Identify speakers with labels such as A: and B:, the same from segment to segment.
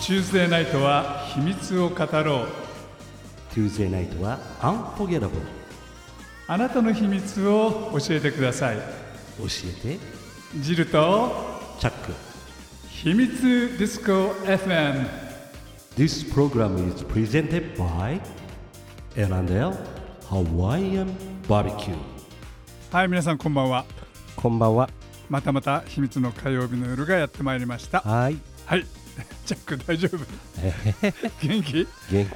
A: チューズデーナイトは秘密を語ろう
B: Tuesday night は Unforgettable
A: あなたの秘密を教えてください
B: 教えて
A: ジルと
B: チャック
A: 秘密ディスコ FM
B: This program is presented by L&L Hawaiian Barbecue
A: はい皆さんこんばんは
B: こんばんは
A: またまた秘密の火曜日の夜がやってまいりました
B: はい
A: はい ジャック大丈夫元気
B: 元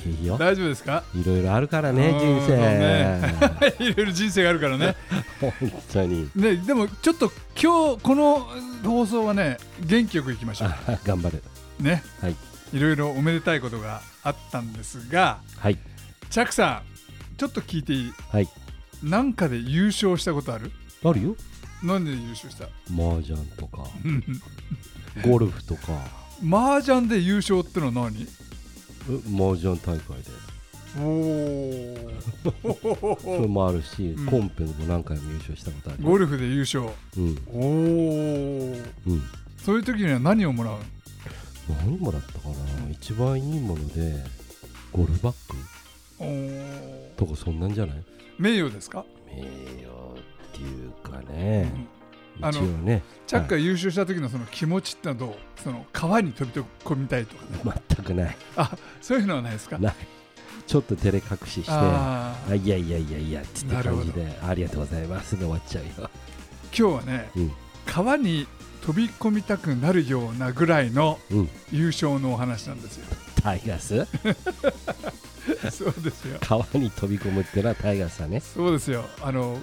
B: 気いいよ
A: 大丈夫ですか
B: いろいろあるからね
A: うん
B: 人
A: そう
B: 生
A: ね いろいろ人生があるからね
B: 本当に
A: ねでもちょっと今日この放送はね元気よくいきましょ
B: あ 頑張る
A: うね
B: はい
A: いろいろおめでたいことがあったんですが
B: はい
A: チャックさんちょっと聞いていい
B: はい
A: なんかで優勝したことある
B: あるよ
A: 何で優勝した
B: 麻雀と かゴルフとか
A: 麻雀で優勝ってのは何
B: う麻雀大会で
A: お
B: それ
A: お
B: もあるし、
A: うん
B: コンペでも何回も優勝したことあるよ
A: ゴルフで優勝
B: うん
A: おお
B: うん
A: そういう時には何をもらうの
B: 何もらったかな一番いいものでゴルフバッグ
A: おー
B: とかそんなんじゃない
A: 名誉ですか
B: 名誉っていうかね
A: うんあ
B: 一
A: の
B: 応ね
A: チャックが優勝した時のその気持ちってのはどうその川に飛び込みたいとかね
B: はい全くない
A: あそういうのはないですか
B: ないちょっと照れ隠ししてあ
A: あー
B: いやいやいやいやって
A: なる
B: 感
A: ほど
B: じでありがとうございますで終わっちゃうよ
A: 今日はね
B: うん
A: 川に飛び込みたくなるようなぐらいの
B: うん
A: 優勝のお話なん ですよ
B: タイガー ス
A: そうですよ
B: 川に飛び込むってのはタイガースだね
A: そうですよあの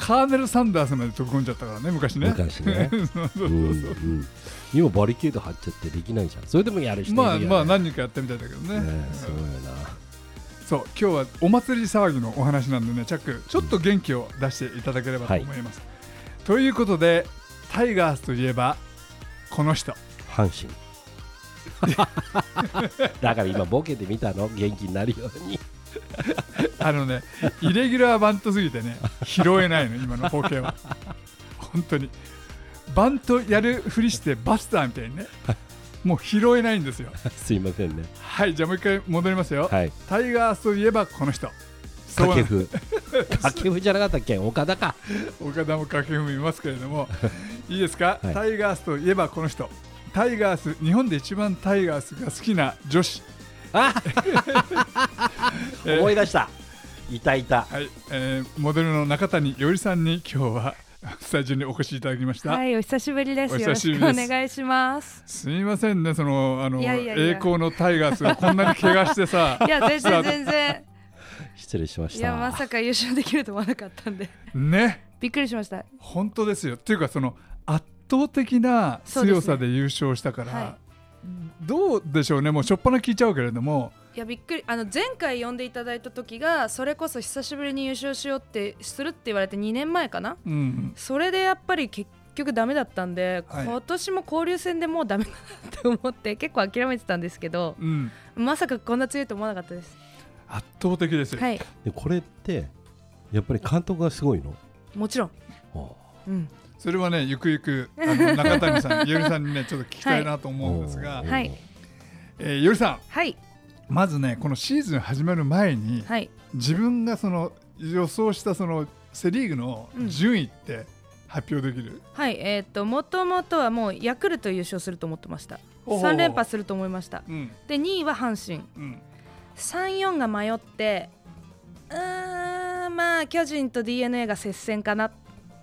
A: カーネル・サンダースまで飛び込んじゃったからね昔ね
B: 昔ね
A: そうそううんそう
B: うん今バリケード張っちゃってできないじゃんそれでもやる人いる
A: ま
B: よ
A: あ
B: ね
A: まあ何人かやってみたいだけどね
B: ねえすごいよ
A: そう今日はお祭り騒ぎのお話なんでねチャックちょっと元気を出していただければと思います、ということでタイガースといえばこの人
B: な阪神 だから今ボケてみたの元気になるように
A: あのねイレギュラーバントすぎてね拾えないの今の光景 は本当にバントやるふりしてバスターみたいにねもう拾えないんですよ
B: すいませんね
A: はいじゃあもう一回戻りますよ、
B: はい
A: タイガースといえばこの人そう
B: 掛布掛布じゃなかったっけ岡田か
A: 岡田も掛布もいますけれど もいいですか、
B: はい
A: タイガースといえばこの人タイガース日本で一番タイガースが好きな女子
B: あ
A: えー
B: 思い出したいたいた
A: はい、えーモデルの中谷よりさんに今日は スタジオにお越しいただきました、
C: はい、お久しぶりで
A: お
C: す。よ
A: 久
C: ろ
A: しぶ
C: し
A: り
C: く
A: で
C: お
A: す
C: 願いし ます。
A: すいませんねそのあの
C: いやいやいや
A: 栄光のタイガースがこんなに怪我して さ
C: いや、全然全然。
B: 失礼しまし
C: い
B: た
C: や、まさか優勝できると思わなかった んで。
A: ね
C: びっくりしました。
A: 本当ですよっていうかその圧倒的な強さで優勝したから、
C: そうですねは
A: どうでしょうねもうしょっぱな聞いちゃうけれども
C: いや、びっくり。あの、前回呼んでいただいた時が、それこそ久しぶりに優勝しようって、するって言われて2年前かな。
A: うん
C: それでやっぱり結局ダメだったんで、
A: はい
C: 今年も交流戦でもうダメだなって思って、結構諦めてたんですけど、
A: うん
C: まさかこんな強いと思わなかったです。
A: 圧倒的ですよ、
C: はい、
B: でこれってやっぱり監督がすごいの
C: もちろん。
B: あ
C: うん。
A: それはねゆくゆくあの中谷さ んよりさんにねちょっと聞きたいなと
B: あ
A: 思うんですが、
C: いはい
A: えーよりさ
C: はい、
A: んまずねこのシーズン始まる前に、
C: はい。
A: 自分がその予想したそのセ・リーグの順位って発表できる、
C: はい、えーっと、もともとはもうヤクルト優勝すると思ってました。
A: おう
C: 3連覇すると思いました。
A: うん
C: で、2位は阪神。
A: うん
C: 3、4が迷って、うーん、まあ、巨人と d n a が接戦かな。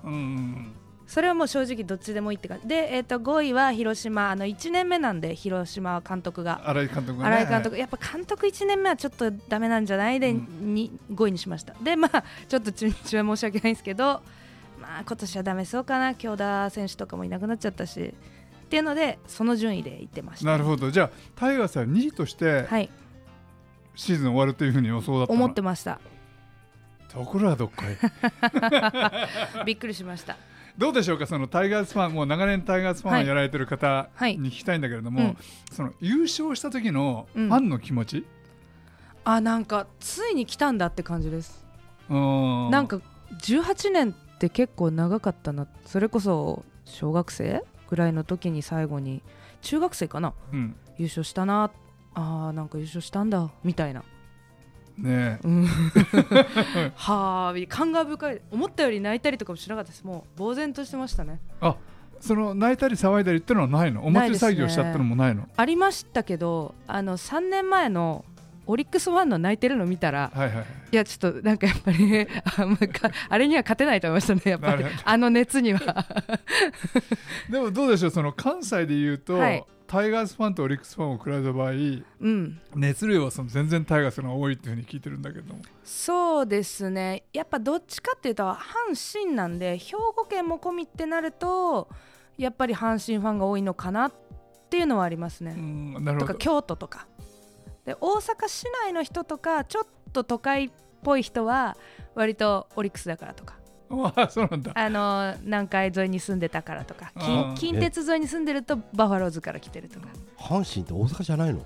A: うんうん
C: それはもう正直どっちでもいいって感じ。で、えーっと、5位は広島。あの、1年目なんで、広島は監督が。
A: 新井監督がね
C: 新井監督、やっぱ監督1年目はちょっとダメなんじゃないで、
A: う
C: に5位にしました。で、まあ、ちょっと中日は申し訳ないんですけど、まあ、今年はダメそうかな、京田選手とかもいなくなっちゃったし、っていうので、その順位で行ってました。
A: なるほどじゃあタイガースは2位として
C: はい、
A: シーズン終わるというふうに予想だったの
C: 思ってました。
A: ところはどっか へ
C: びっくりしました。
A: どうでしょうかそのタイガースファンもう長年タイガースファ
C: は
A: ン
C: い
A: やられてる方
C: はい
A: に聞きたいんだけれども、
C: うん
A: その優勝した時のフ
C: うん
A: ァンの気持ち、
C: あ、なんかついに来たんだって感じです。
A: うん
C: なんか18年って結構長かったな。それこそ小学生ぐらいの時に最後に中学生かな
A: うん、
C: 優勝したなあーなんか優勝したんだみたいな、
A: ね
C: うんはあ感慨深い思ったより泣いたりとかもしなかったですもう呆然としてましたね
A: えあその泣いたり騒いだりってのはないのお祭り
C: ない
A: 作
C: ですね
A: 業しちゃったのもないの
C: ありましたけどあの3年前のオリックスファンの泣いてるの見たら
A: はいはいはい
C: いやちょっとなんかやっぱりあんまかあれには勝てないと思いましたねやっぱり
A: なるほ
C: あの熱には
A: でもどうでしょうその関西で言うと、
C: はい
A: タイガースファンとオリックスファンを比べた場合
C: うん
A: 熱量はその全然タイガースの方が多いっていうふうに聞いてるんだけども
C: そうですねやっぱどっちかっていうと阪神なんで兵庫県も込みってなるとやっぱり阪神ファンが多いのかなっていうのはあります
A: う
C: ね、
A: んなる
C: と
A: ほ
C: か
A: ど
C: 京都とかで大阪市内の人とかちょっと都会っぽい人は割とオリックスだからとか
A: ああそうなんだ
C: あの南海沿いに住んでたからとか
A: あー
C: 近近鉄沿いに住んでるとバファローズから来てるとか
B: 阪神って大阪じゃないの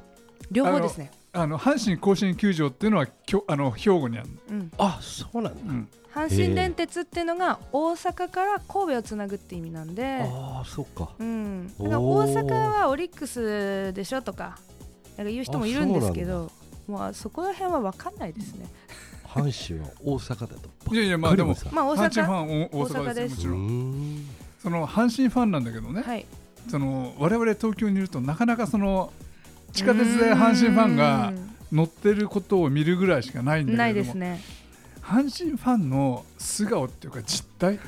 C: 両方ですね、
A: あの阪神甲子園球場っていうのはきょあの兵庫にあるの、
C: うん、
B: あそうなんだ、
A: うん、
C: 阪神電鉄っていうのが大阪から神戸をつなぐって意味なんで。
B: ああそっか
C: うん、だ
B: おー
C: から大阪はオリックスでしょとかなんか言う人もいるんですけどもうそこら辺は分かんないですね、
B: 阪神は大阪だと
A: いやいやまあでも
B: ばっかり
C: まあ
A: 阪
C: 大
A: 神ファ
C: 阪
A: ンお大
C: 大
A: 阪で
C: 阪ですす
A: よもち
B: さう
A: ろん
B: ーん
A: その阪神ファンなんだけどね、
C: はい
A: その我々東京にいるとなかなかその地下鉄で阪神ファンが乗ってることを見るぐらいしかないん
C: うんな
A: だ
C: い
A: け
C: で
A: ども、
C: すね
A: 阪神ファンの素顔っていうか実態、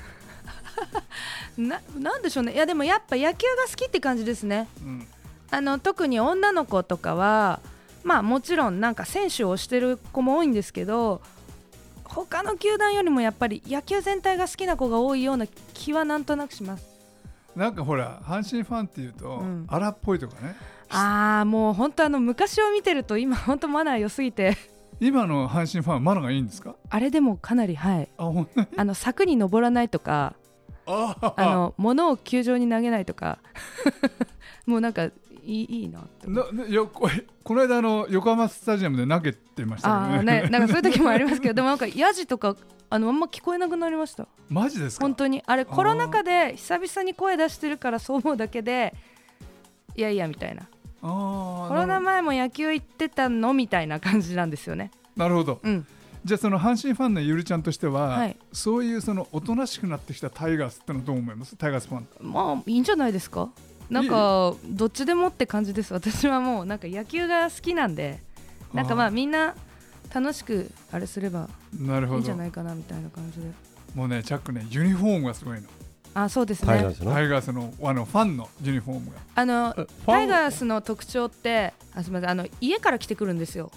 C: ななんでしょうねいやでもやっぱ野球が好きって感じですね
A: うん
C: あの特に女の子とかはまあもちろんなんか選手をしてる子も多いんですけど他の球団よりもやっぱり野球全体が好きな子が多いような気はなんとなくします
A: なんかほら阪神ファンっていうと、
C: うん
A: 荒っぽいとかね
C: ああもう本当あの昔を見てると今本当マナー良すぎて
A: 今の阪神ファンはマナーがいいんですか
C: あれでもかなりはい
A: あほんとに
C: あの柵に登らないとか
A: あー
C: あの物を球場に投げないとか もうなんかいいいいなって思う
A: ななよこ この間あの横浜スタジアムで投げてましたよ
C: あ
A: ね
C: あねなんかそういう時もありますけどでもなんかヤジとかあのあんま聞こえなくなりました
A: マジですか
C: 本当にあれ
A: ー
C: コロナ禍で久々に声出してるからそう思うだけでいやいやみたいな
A: あー
C: コロナ
A: なる
C: 前も野球行ってたのみたいな感じなんですよね
A: なるほど
C: うん
A: じゃあその阪神ファンのゆるちゃんとしては、
C: はい
A: そういうそのおとなしくなってきたタイガースってのはどう思いますタイガースファン
C: まあいいんじゃないですかなんかどっちでもって感じです私はもうなんか野球が好きなんでなんか
A: あ
C: まあみんな楽しくあれすれば
A: なる
C: いい
A: ほ
C: んじ
A: ど
C: ゃないかなみたいな感じで
A: もうねチャックねユニフォームがすごいの
C: あそうです
B: タイガー
C: ね
B: スの
A: タイガースのあのファンのユニフォームが
C: あの
B: え
C: タイガースの特徴ってあすみませんあの家から来てくるんですよ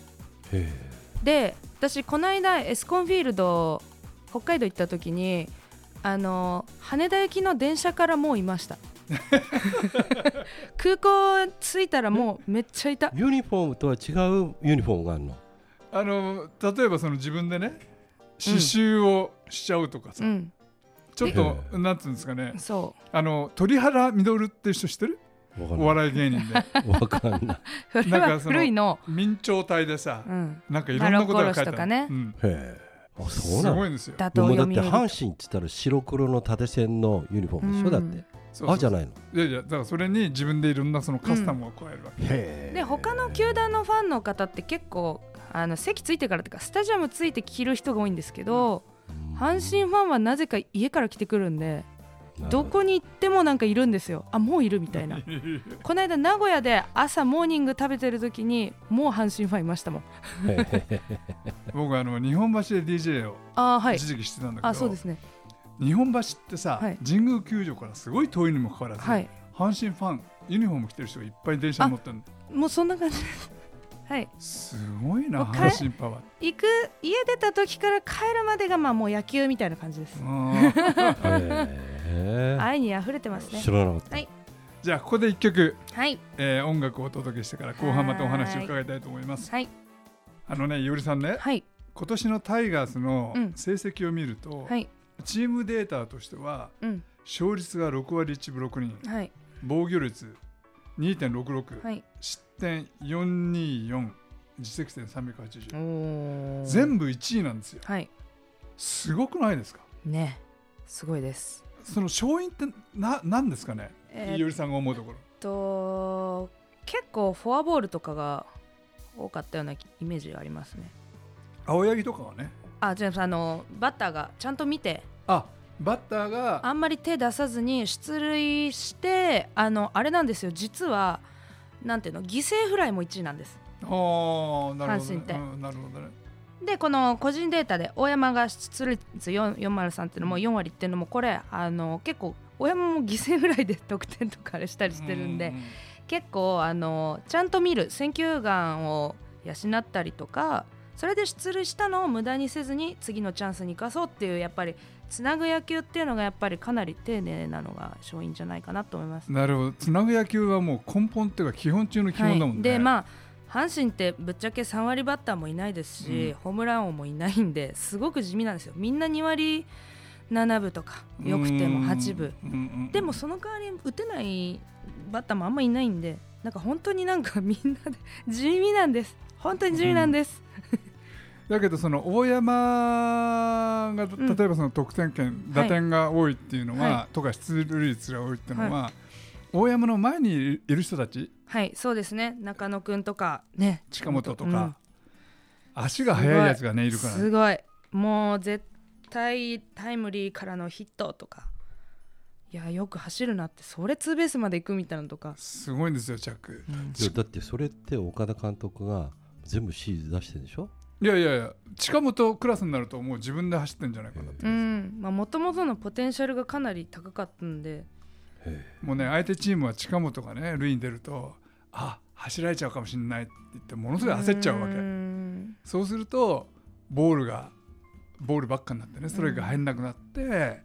B: へえ
C: で私この間エスコンフィールド北海道行った時にあの羽田行きの電車からもういました空港着いたらもうめっちゃいた
B: ユニフォームとは違うユニフォームがあるの
A: あの例えばその自分でね刺繍をしちゃうとかさ、
C: うん
A: ちょっ
B: え
A: となんていうんですかね
C: そ
A: あの鳥原稔っていう人知ってる
B: わか
A: お
B: んない
A: 笑い芸人で
B: わかんない
C: うそれ
A: なん
C: は
A: かその
C: 古いの
A: 明朝体でさ、
C: うん
A: なんかいろんなことが書いてある
C: ナロコロスとかね
A: うん、
B: へえあそう
A: す
B: なの
A: ごいんですよ
C: 打倒
B: もうだ
C: 読
B: って阪
C: 売
B: 神って言ったら白黒の縦線のユニフォームでしょ、
C: うん
B: だって
A: そうそう
B: あじゃないの
A: いやいやだからそれに自分でいろんなそのカスタムを加えるわけ、
B: へえ
C: で他の球団のファンの方って結構あの席ついてからとかスタジアムついて着る人が多いんですけど、阪神ファンはなぜか家から来てくるんで
B: 神
C: どこに行ってもなんかいるんですよあもういるみた いなこの間名古屋で朝モーニング食べてる時にもう阪神ファンいましたもん
A: 僕あの日本橋で DJ を
C: あーはい
A: 一時期してたんだけど、
C: あそうですね
A: 日本橋ってさ、
C: はい
A: 神宮球場からすごい遠いにもかかわらず、
C: はい
A: 阪神ファンユニフォーム着てる人がいっぱい電車に乗ってる
C: もうそんな感じです はい
A: すごいな
C: もう帰
A: 阪神パワー
C: 行く家出た時から帰るまでがまあもう野球みたいな感じです
A: うん
B: へえ
C: 愛に溢れてますね
B: 知らなかった、
C: はい
A: じゃあここで一曲、
C: はい
A: えー音楽をお届けしてから後半またお話を伺いたいと思います
C: はい
A: あのねいおりさんね
C: はい
A: 今年のタイガースの
C: うん
A: 成績を見ると、
C: はい
A: チームデータとしては
C: うん
A: 勝率が6割1分6厘
C: はい
A: 防御率2.66、
C: はい
A: 失点424自責点380、
C: お
A: 全部1位なんですよ
C: はい
A: すごくないですか
C: ねすごいです
A: その勝因ってな何ですかね
C: え
A: 伊
C: ーっ
A: 織さんが思うところ
C: と結構フォアボールとかが多かったようなイメージがありますね
A: 青柳とかはね
C: あじゃああのバッターがちゃんと見て
A: あバッターが
C: あんまり手出さずに出塁してあのあれなんですよ実はなんていうの犠牲フライも1位なんです
A: あーなるほど、
C: 阪神
A: ね
C: って
A: うんなるほどね
C: でこの個人データで大山が出塁率4 403っていうのも4割っていうのもこれあの結構大山も犠牲フライで得点とかあれしたりしてるんで、
A: う
C: 結構あのちゃんと見る選球眼を養ったりとかそれで出塁したのを無駄にせずに次のチャンスに生かそうっていうやっぱりつなぐ野球っていうのがやっぱりかなり丁寧なのが勝因じゃないかなと思います。
A: なるほどつなぐ野球はもう根本っていうか基本中の基本だもんね、
C: はい、でまあ阪神ってぶっちゃけ3割バッターもいないですし、
A: うん
C: ホームラン王もいないんですごく地味なんですよみんな2割7分とかよくても8分
A: うんうんうん
C: でもその代わり打てないバッターもあんまいないんでなんか本当になんか みんなで地味なんです本当に地味なんです、
A: だけどその大山がた
C: うん
A: 例えばその得点圏、
C: はい
A: 打点が多いっていうのは、
C: は
A: とか出塁率が多いっていうのは、大山の前にいるいる人たち
C: はいそうですね中野くんとかね
A: 近本とか、
C: うん
A: 足が速いやつがねいるからね、
C: すごいもう絶対タイムリーからのヒットとかいやよく走るなってそれツーベースまで行くみたいなのとか、
A: すごいんですよチャック
B: いやだってそれって岡田監督が全部指示出してるでしょ
A: いやいやいや近本クラスになるともう自分で走ってんじゃないかな、
C: うんまあもともとのポテンシャルがかなり高かったんで
A: もうね相手チームは近本がね塁に出るとあ走られちゃうかもしれないって言ってものすごい焦っちゃうわけ、
C: ん
A: そうするとボールがボールばっかになってねストライクが入んなくなって、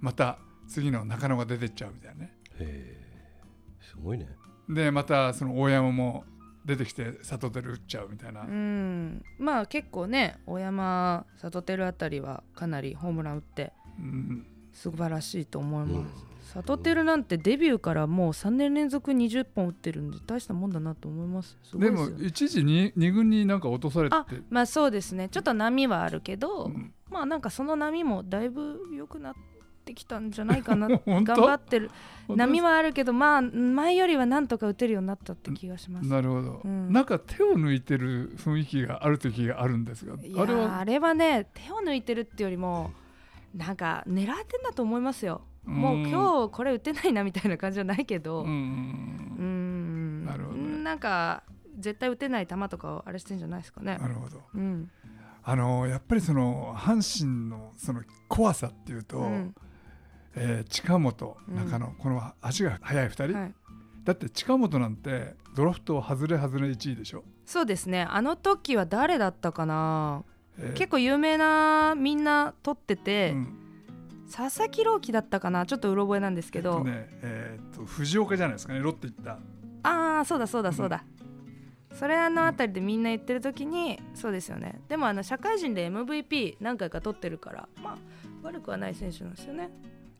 A: また次の中野が出てっちゃうみたいなね
B: へえすごいね
A: でまたその大山も出てきて里出る打っちゃうみたいな、
C: うんまあ結構ね大山里輝あたりはかなりホームラン打って
A: うん
C: 素晴らしいと思います、
B: う
C: 里輝なんてデビューからもう3年連続20本打ってるんで大したもんだなと思いますすごい
A: です
C: よ
A: も一時に二軍になんか落とされて
C: あまあそうですねちょっと波はあるけど、
A: うん
C: まあなんかその波もだいぶ良くなってきたんじゃないかな
A: 本
C: 頑
A: 当
C: 張ってる
A: 本当
C: 波はあるけどまあ前よりはなんとか打てるようになったって気がします
A: なるほど、
C: うん
A: なんか手を抜いてる雰囲気がある時があるんですが
C: い
A: あ
C: やあ
A: れ
C: れ
A: は
C: はあれはね手を抜いてるってよりもなんか狙ってんだと思いますよもう
A: うん
C: 今日これ打てないなみたいな感じじゃないけど
A: うん
C: うー
A: ん
C: ん
A: なるほどね
C: なんか絶対打てない球とかをあれしてんじゃないですかね
A: なるほど
C: うん
A: あのやっぱりその阪神のその怖さっていうと、
C: うん
A: えー近本
C: うん
A: 中野、この足が速い2人、
C: はい
A: だって近本なんてドラフト外れ外れ1位でしょ、
C: そうですねあの時は誰だったかな
A: えー
C: 結構有名なみんな撮ってて、
A: うん
C: 佐々木朗希だったかなちょっとうろ覚えなんです
A: え
C: け
A: っ
C: ど、
A: とねえーっと藤岡じゃないですかねロッテ行った
C: ああそうだそうだそうだ、それあのあたりでみんな言ってる時にそうですよねでもあの社会人で MVP 何回か取ってるからまあ悪くはない選手なんですよね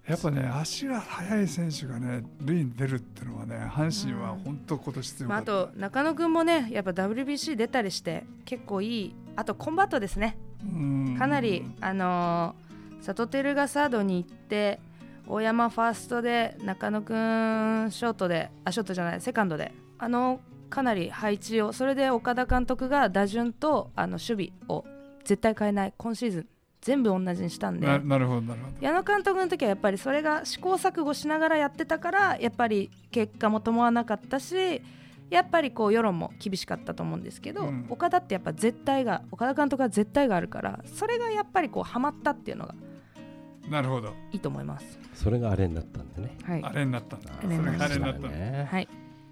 A: やっぱね足が速い選手がね塁に出るっていうのはね阪神は本当今年強
C: まあ、
A: か
C: あ
A: った、
C: と中野君もねやっぱ WBC 出たりして結構いいあとコンバットですね
A: うん
C: かなり、あのー、サトテルがサードに行って大山ファーストで中野くんショートであショートじゃないセカンドであのかなり配置をそれで岡田監督が打順とあの守備を絶対変えない今シーズン全部同じにしたんで
A: ななるほどなるほど
C: 矢野監督の時はやっぱりそれが試行錯誤しながらやってたからやっぱり結果も伴わなかったしやっぱりこう世論も厳しかったと思うんですけど、
A: うん
C: 岡田ってやっぱ絶対が岡田監督は絶対があるからそれがやっぱりこうハマったっていうのが
A: なるほど
C: いいと思います。
B: それがあれになったんだね
C: はい
A: あ、れになったんだ
B: あ
A: そ
C: れ
A: れ
C: になった
A: があれになったんだ、
B: ね
C: はい、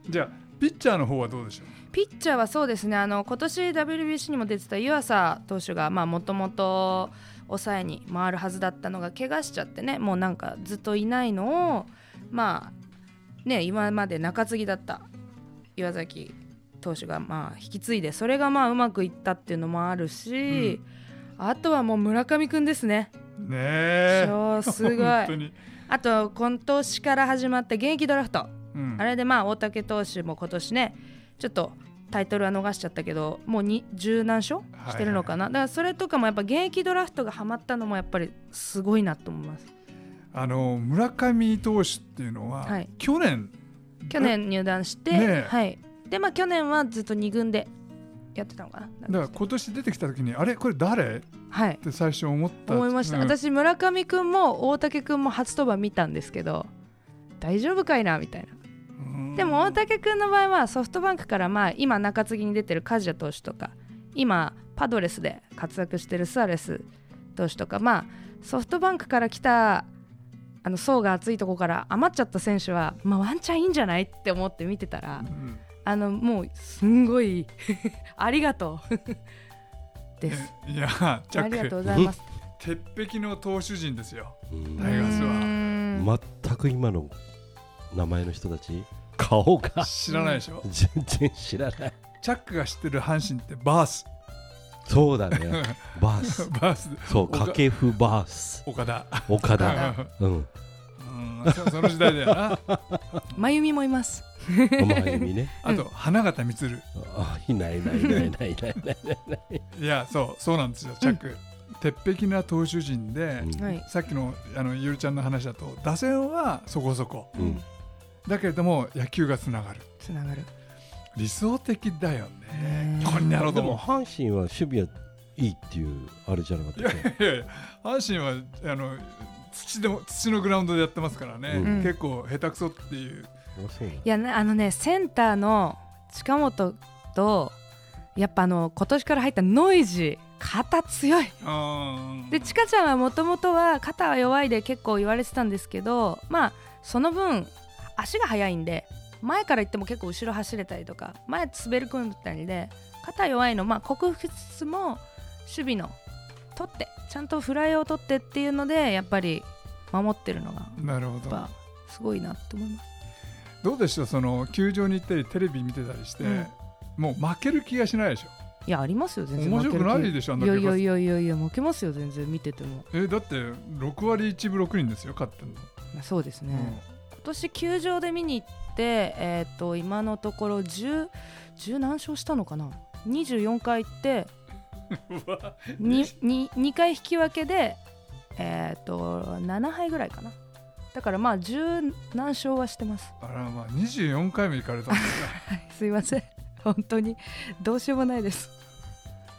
A: じゃあピッチャーの方はどうでしょ
C: ピッチャーはそうですねあの今年 WBC にも出てた湯浅投手がもともと抑えに回るはずだったのが怪我しちゃってねもうなんかずっといないのをまあね今まで中継ぎだった岩崎投手がまあ引き継いでそれがまあうまくいったっていうのもあるし、あとはもう村上君ですね。
A: うねえ
C: 超すご い
A: 本当に、
C: あと今年から始まった現役ドラフト
A: うん
C: あれでまあ大竹投手も今年ねちょっとタイトルは逃しちゃったけどもうに十何勝
A: はいはい
C: してるのかな、だからそれとかもやっぱ現役ドラフトがハマったのもやっぱりすごいなと思います
A: あの村上投手っていうのは、
C: はい
A: 去年
C: 去年入団して、
A: ねえ
C: はいでまあ、去年はずっと2軍でやってたのかな
A: だから今年出てきた時にあれこれ誰っ
C: はい
A: て最初思った
C: 思いました、
A: うん
C: 私村上君も大竹君も初登板見たんですけど大丈夫かいなみたいな
A: うん
C: でも大竹君の場合はソフトバンクからまあ今中継ぎに出てる梶谷投手とか今パドレスで活躍してるスアレス投手とかまあソフトバンクから来たあの層が厚いとこから余っちゃった選手は、まあ、ワンチャンいいんじゃないって思って見てたら
A: うん
C: あのもうすんごい ありがとう です。
A: いやチ
C: あ
A: ャ
C: りが
A: ッ
C: とう
A: ク
C: ございます。
A: 鉄壁の投手陣ですよ
B: うん
A: タイガースは
C: うーん
B: 全く今の名前の人たち顔が
A: 知らないでしょ、
B: 全然知らない
A: チャックが知ってる阪神ってバー ス
B: そうだね バース
A: バース
B: そう
A: 岡
B: 掛布バース
A: 岡田
B: 岡田
C: 岡
B: うん
A: うんそその時代だよな
C: まゆみもいます。
B: お前にね
A: あと花形満
B: あいないいないいないいないいないいない
A: いやそうそうなんですよチャック、鉄壁な投手陣で、
B: うん
C: はい。
A: さっきのあのゆるちゃんの話だと打線はそこそこ
B: うん
A: だけれども野球がつながる
C: つながる。
A: 理想的だよね
C: ね
A: こんなの
B: で
A: と
B: も
A: も
B: 阪神は守備はいいっていうあれじゃなかったっ け
A: いやいや阪神はあの土でも土のグラウンドでやってますからね、
B: うん
A: 結構下手くそっていう
B: あそうなん
C: いやねあのねセンターの近本とやっぱあの今年から入ったノイジー肩強い
A: あー
C: でちかちゃんはもともとは肩は弱いで結構言われてたんですけどまあその分足が速いんで前から行っても結構後ろ走れたりとか前滑り込みたりで肩弱いのまあ克服しつつも守備の取ってちゃんとフライを取ってっていうのでやっぱり守ってるのが
A: なるほ
C: やっ
A: ど
C: ぱすごいなと思います。
A: どうでしたその球場に行ったりテレビ見てたりして、
C: うん
A: もう負ける気がしないでしょ
C: いやありますよ全然
A: 面白くないでしょあん
C: い
A: だ
C: や
A: け
C: いやいやいやいや負けますよ全然見てても、
A: えだって6割1分6厘ですよ勝ってんの、
C: まあ、そうですね、
A: うん
C: 今年球場で見に行ってえっ、と今のところ10 10何勝したのかな24回 行ってにに2回引き分けでえっ、と7敗ぐらいかなだからまあ10何勝はしてます
A: あらまあ24回目行かれたんですか
C: すいません 本当にどうしようもないです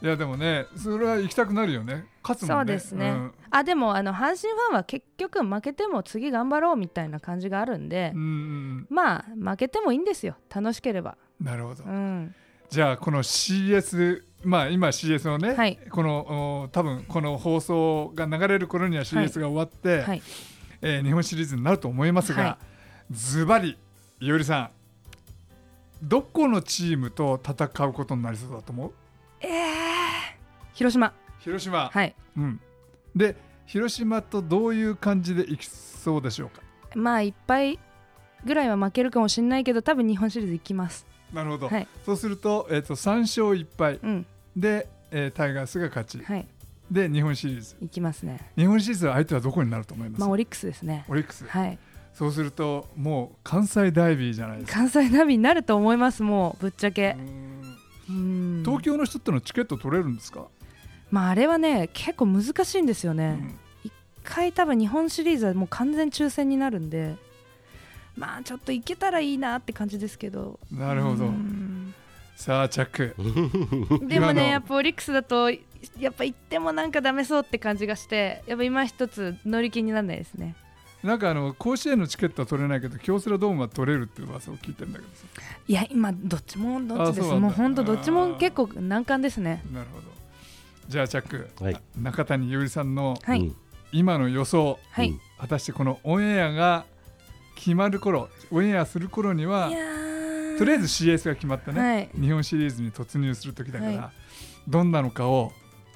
A: いやでもねそれは行きたくなるよね勝つもんね
C: そうですねあでもあの阪神ファンは結局負けても次頑張ろうみたいな感じがあるんで、
A: うん、うん
C: まあ負けてもいいんですよ楽しければ、
A: なるほど、
C: うん、
A: じゃあこの CS まあ今 CS のね、
C: はい
A: このお多分この放送が流れる頃には CS が終わって、
C: はい
A: えー日本シリーズになると思いますが、
C: は
A: ズバリいおりさんどこのチームと戦うことになりそうだと思う
C: えー、広島
A: 広島、
C: はい
A: うん、で広島とどういう感じでいきそうでしょうか
C: まあいっぱいぐらいは負けるかもしれないけど多分日本シリーズ行きます
A: なるほど、
C: はい
A: そうすると,、えー、と3勝1敗
C: うん
A: で、えータイガースが勝ち
C: はい
A: で日本シリーズ
C: 行きますね
A: 日本シリーズは相手はどこになると思います、
C: まあオリックスですね
A: オリックス
C: はい
A: そうするともう関西ダイビーじゃないですか
C: 関西ナビになると思いますもうぶっちゃけ
A: うーん
C: うん
A: 東京の人ってのはチケット取れるんですか、
C: まああれはね結構難しいんですよ
A: う
C: ね、
A: ん
C: 一回多分日本シリーズはもう完全抽選になるんでまあちょっと行けたらいいなって感じですけど
A: なるほど、
C: うん
A: さあチャック
C: でも
A: 今の
C: ねやっぱオリックスだとやっぱ行ってもなんかダメそうって感じがしてやっぱ今一つ乗り気にならないですね
A: なんかあの甲子園のチケットは取れないけど京セラドームは取れるっていう噂を聞いてるんだけどさ
C: いや今どっちもどっちで
A: あそう
C: す
A: なんだ
C: もう本当どっちも結構難関ですね
A: なるほどじゃあチャック、
B: はい
A: 中谷優里さんの
C: はい、
B: うん
A: 今の予想
C: はい、
B: うん
C: い
A: 果たしてこのオンエアが決まる頃オンエアする頃には
C: やー
A: とりあえず CS が決まったね、
C: はい
A: 日本シリーズに突入する時だから、
C: は
A: どんなのかを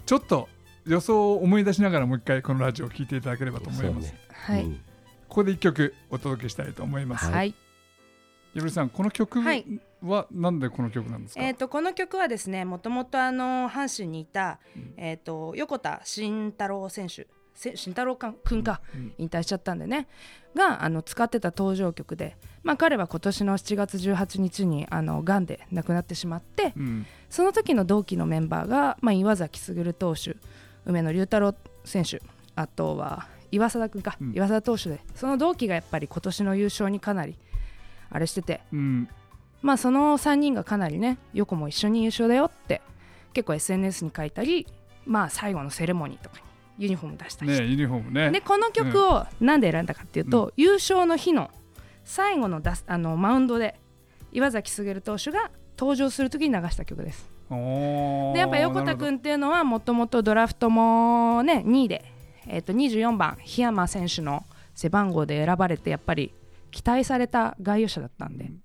A: ちょっと予想を思い出しながらもう一回このラジオを聞いていただければと思います、
C: はい、
B: うん
A: ここで一曲お届けしたいと思います、
C: はい、
A: ゆるりさんこの曲
C: はい
A: はなんでこの曲なんですか、
C: えー、とこの曲はですねもともとあの阪神にいた、えー、と横田慎太郎選手せ慎太郎かん君か、
A: うん
C: 引退しちゃったんでねがあの使ってた登場曲で、まあ、彼は今年の7月18日にあの癌で亡くなってしまって
A: うん
C: その時の同期のメンバーが、まあ、岩崎優投手梅野隆太郎選手あとは、岩貞君か、
A: うん
C: 岩貞投手でその同期がやっぱり今年の優勝にかなりあれしてて
A: うん、
C: まあその3人がかなりねよこも一緒に優勝だよって結構 SNS に書いたりまあ最後のセレモニーとかにユニフォーム出したりして
A: ねユニフォームね
C: でこの曲をなんで選んだかっていうと、優勝の日の最後のだあのマウンドで岩崎優投手が登場する時に流した曲です
A: おー
C: でやっぱ横田君っていうのはもともとドラフトもね2位で、えー、と24番檜山選手の背番号で選ばれてやっぱり期待された外野手だったんで、
A: うん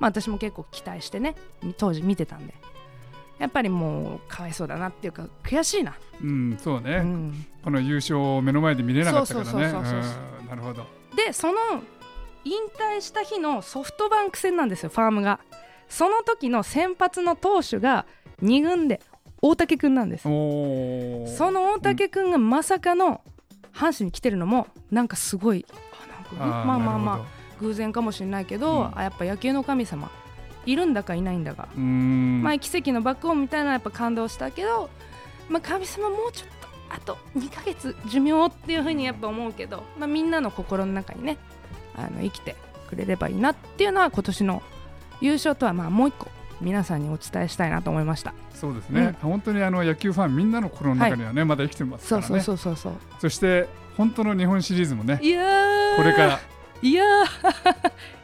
C: まあ、私も結構期待してね当時見てたんでやっぱりもうかわいそうだなっていうか悔しいな、
A: なるほどうんそうね、
C: うん、
A: この優勝を目の前で見れなかったからね
C: そうそうそうそうそう
A: うんなるほど
C: でその引退した日のソフトバンク戦なんですよファームがその時の先発の投手が2軍で大竹くんなんです
A: おー
C: その大竹くんがまさかの阪神に来てるのもなんかすごいあなんか
A: ー
C: まあまあ
A: なる
C: ま
A: ほ
C: あ偶然かもしれないけど、
A: うん
C: あやっぱ野球の神様いるんだかいないんだか、
A: どうーん、
C: まあ奇跡のバックホームみたいなのはやっぱ感動したけど、まあ、神様もうちょっとあと2ヶ月寿命っていうふうにやっぱ思うけど、まあ、みんなの心の中にねあの生きてくれればいいなっていうのは今年の優勝とはまあもう一個皆さんにお伝えしたいなと思いました、
A: そうですね、本当にあの野球ファンみんなの心の中にはね、まだ生きてますか
C: そ
A: ら
C: う
A: ね
C: そうそうそうそう
A: そして本当の日本シリーズもね
C: いやー
A: これから
C: いや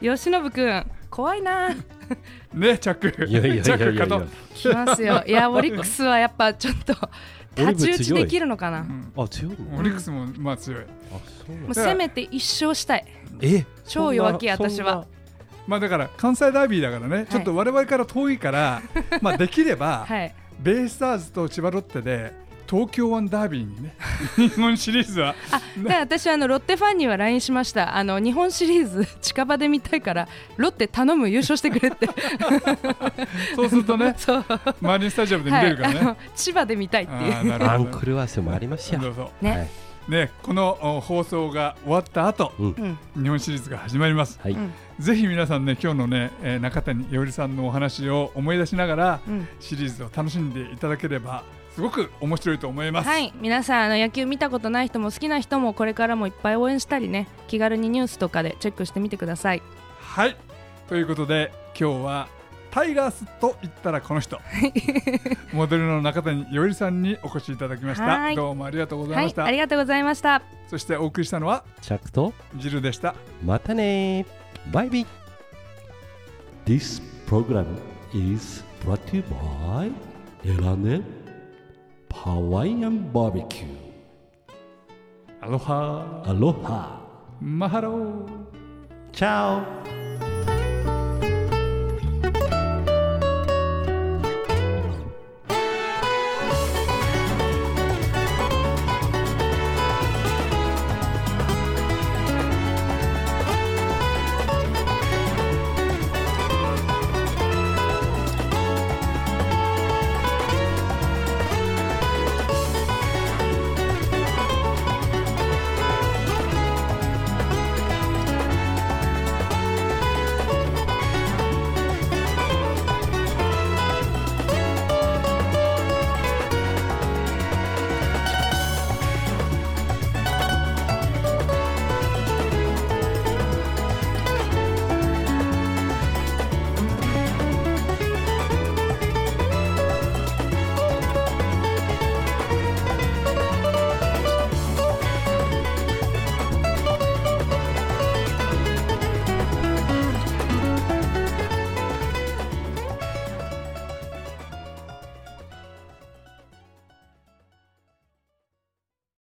C: ー 吉信くん怖いな
A: ねチャック
B: いやいやい
A: チャ
B: や
A: ック
B: いやいや
A: 勝とう
C: 来ます よいやオリックスはやっぱちょっと
B: オリッ
C: 太
B: クス
C: 刀打ち
B: 強い
C: できるのかなも
A: う
B: あ強い
A: んオ
B: の
A: リックスもまあ強い
B: あそうな
C: う
B: の
C: せめて一勝したい
B: え
C: 超弱気私は
A: まあだから関西ダービーだからね、ちょっと我々から遠い から、まあできれば、
C: はい
A: ベイスターズと千葉ロッテで東京湾ダービー にね、日本シリーズは、
C: あ だから私あのロッテファンには LINE しましたあの日本シリーズ 近場で見たいからロッテ頼む優勝してくれって、
A: そうするとね
C: そう
A: マリンスタジアムで見
C: は
A: れ
C: い
A: るからね。
C: あの千葉で見たいっていう
A: あーなる
B: ア
A: ほ
B: ン
A: ど
B: クルワースもありますよ
A: どうぞ
C: ね
B: はい
A: ね、このお放送が終わった後、
C: うん
A: 日本シリーズが始まります。
B: はい
C: うん
A: ぜひ皆さんね、今日のね、えー中谷伊織さんのお話を思い出しながら、
C: うん
A: シリーズを楽しんでいただければ、すごく面白いと思います。
C: はい皆さんあの野球見たことない人も好きな人もこれからもいっぱい応援したりね気軽にニュースとかでチェックしてみてください
A: はい。ということで、今日はタイガースと言ったらこの 人。モデルの中谷よりさんにお越しいただきまし
C: は
A: た。
C: い
A: どうもありがとうござい
C: は
A: ま
C: い
A: した。
C: ありがとうございました
A: そしてお送りしたのは
B: チャックと
A: ジルでした。
B: またねバイビー This program is brought to you by エラネハワイアンバーベキュ
A: アロハ
B: ーアロハ
A: マハロー。
B: チャオ